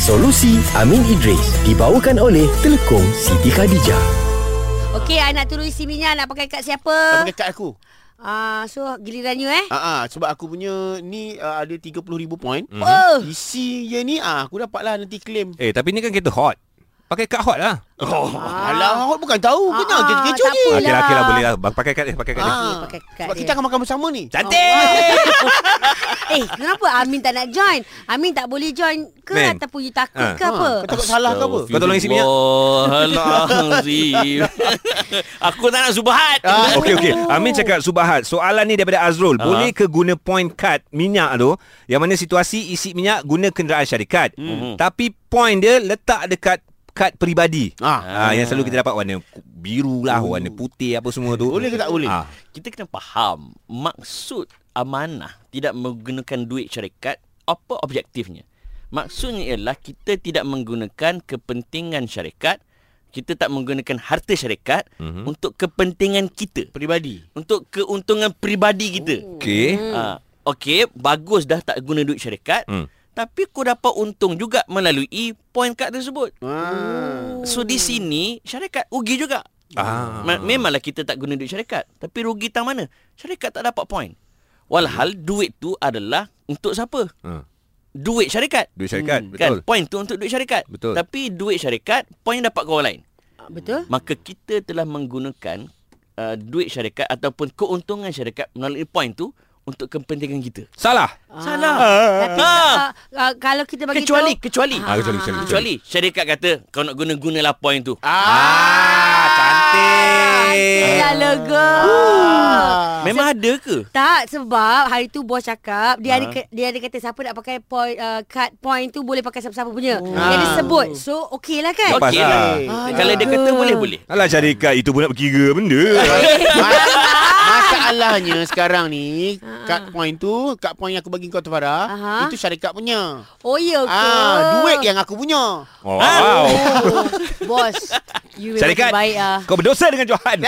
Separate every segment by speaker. Speaker 1: Solusi Amin Idris dibawakan oleh Telekom Siti Khadijah.
Speaker 2: Okey, I nak turun isi minyak nak pakai kad
Speaker 3: Tak
Speaker 2: siapa?
Speaker 3: pakai kad aku.
Speaker 2: Ah, so giliran you eh.
Speaker 3: Ah, ah, sebab aku punya ni ah, ada 30,000 point. Mm.
Speaker 2: Oh,
Speaker 3: Isi je ni ah, aku dapat lah nanti claim.
Speaker 4: Eh tapi ni kan kereta hot Pakai kad hot lah
Speaker 3: Oh, alah, awak bukan tahu. Kena
Speaker 2: Ah,
Speaker 3: ah, kecoh
Speaker 2: tak apa. Yelah.
Speaker 3: je.
Speaker 4: ah, Okey lah okey lah boleh lah Bang, Pakai kad dia Pakai kad dia
Speaker 3: Ah,
Speaker 2: pakai kad
Speaker 3: sebab
Speaker 2: dia. Oh,
Speaker 3: kita akan makan bersama ni.
Speaker 4: Cantik
Speaker 2: eh kenapa Amin tak nak join? Amin tak boleh join ke
Speaker 4: Man.
Speaker 2: ataupun you takut
Speaker 4: Ah.
Speaker 2: ke apa?
Speaker 3: Kau takut salah ke apa?
Speaker 4: Kau tolong isi minyak.
Speaker 5: Astaghfirullahalazim. Aku tak nak subahat.
Speaker 3: Ah,
Speaker 4: Okey okey Amin cakap Subahat Soalan ni daripada Azrul
Speaker 5: Ha.
Speaker 4: Boleh ke guna point card minyak tu Yang mana situasi isi minyak Guna kenderaan syarikat
Speaker 3: Hmm.
Speaker 4: Tapi point dia letak dekat kad peribadi
Speaker 3: Ah. Hmm.
Speaker 4: ah, Yang selalu kita dapat warna ku- biru lah Warna putih apa semua tu
Speaker 3: Boleh ke tak boleh?
Speaker 4: Ah.
Speaker 5: Kita kena faham maksud amanah tidak menggunakan duit syarikat apa objektifnya. Maksudnya ialah kita tidak menggunakan kepentingan syarikat, kita tak menggunakan harta syarikat mm-hmm. untuk kepentingan
Speaker 3: Mhm.
Speaker 5: kita,
Speaker 3: Peribadi.
Speaker 5: untuk keuntungan peribadi kita.
Speaker 4: Okey
Speaker 5: Ah, okey, bagus dah tak guna duit syarikat.
Speaker 4: Hmm.
Speaker 5: Hmm. Tapi kau dapat untung juga melalui point kad tersebut. Oh.
Speaker 3: Ah.
Speaker 5: So di sini syarikat rugi juga.
Speaker 4: Ah.
Speaker 5: Me- Memanglah kita tak guna duit syarikat, tapi rugi tang mana? Syarikat tak dapat point. Walhal duit tu adalah untuk siapa?
Speaker 4: Hmm.
Speaker 5: Duit syarikat.
Speaker 4: Duit syarikat hmm, Betul
Speaker 5: Kan point tu untuk duit syarikat.
Speaker 4: Betul.
Speaker 5: Tapi duit syarikat point dapat ke orang lain.
Speaker 2: Ah, Betul?
Speaker 5: Maka kita telah menggunakan uh, duit syarikat ataupun keuntungan syarikat melalui point tu untuk kepentingan kita.
Speaker 4: Salah
Speaker 5: Salah.
Speaker 2: Tapi ah,
Speaker 5: Ah.
Speaker 2: ah, kalau kita bagi
Speaker 5: kecuali
Speaker 2: tahu,
Speaker 5: kecuali
Speaker 4: Ah, kecuali, kecuali,
Speaker 5: kecuali syarikat kata kau nak guna gunalah point tu.
Speaker 4: Ah, kan.
Speaker 2: ah,
Speaker 4: cantik.
Speaker 2: ya lega.
Speaker 3: Ah.
Speaker 5: Memang ada ke?
Speaker 2: Tak sebab hari tu bos cakap dia ada ke- dia ada kata siapa nak pakai point uh, card point tu boleh pakai siapa-siapa punya. Dia ada
Speaker 3: Ah.
Speaker 2: sebut. So okey lah kan.
Speaker 4: Lepas
Speaker 5: Okey
Speaker 4: lah.
Speaker 5: lah. Kalau dia kata boleh boleh.
Speaker 4: Alah syarikat itu pun nak berkira benda.
Speaker 3: Masalahnya sekarang ni Kad point tu Kad point yang aku bagi kau tu Farah
Speaker 2: Ah. Aha.
Speaker 3: Itu syarikat punya
Speaker 2: Oh ya ke?
Speaker 3: Ah, Duit yang aku punya
Speaker 4: Oh, wow.
Speaker 2: Oh, bos, you memang
Speaker 4: Syarikat,
Speaker 2: baik ah.
Speaker 4: kau berdosa dengan Johan.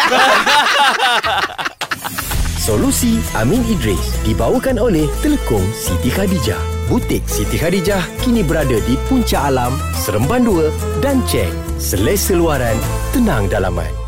Speaker 1: Solusi Amin Idris dibawakan oleh Telekom Siti Khadijah. Butik Siti Khadijah kini berada di Puncak Alam, Seremban 2 dan Cheng. Selesa luaran, tenang dalaman.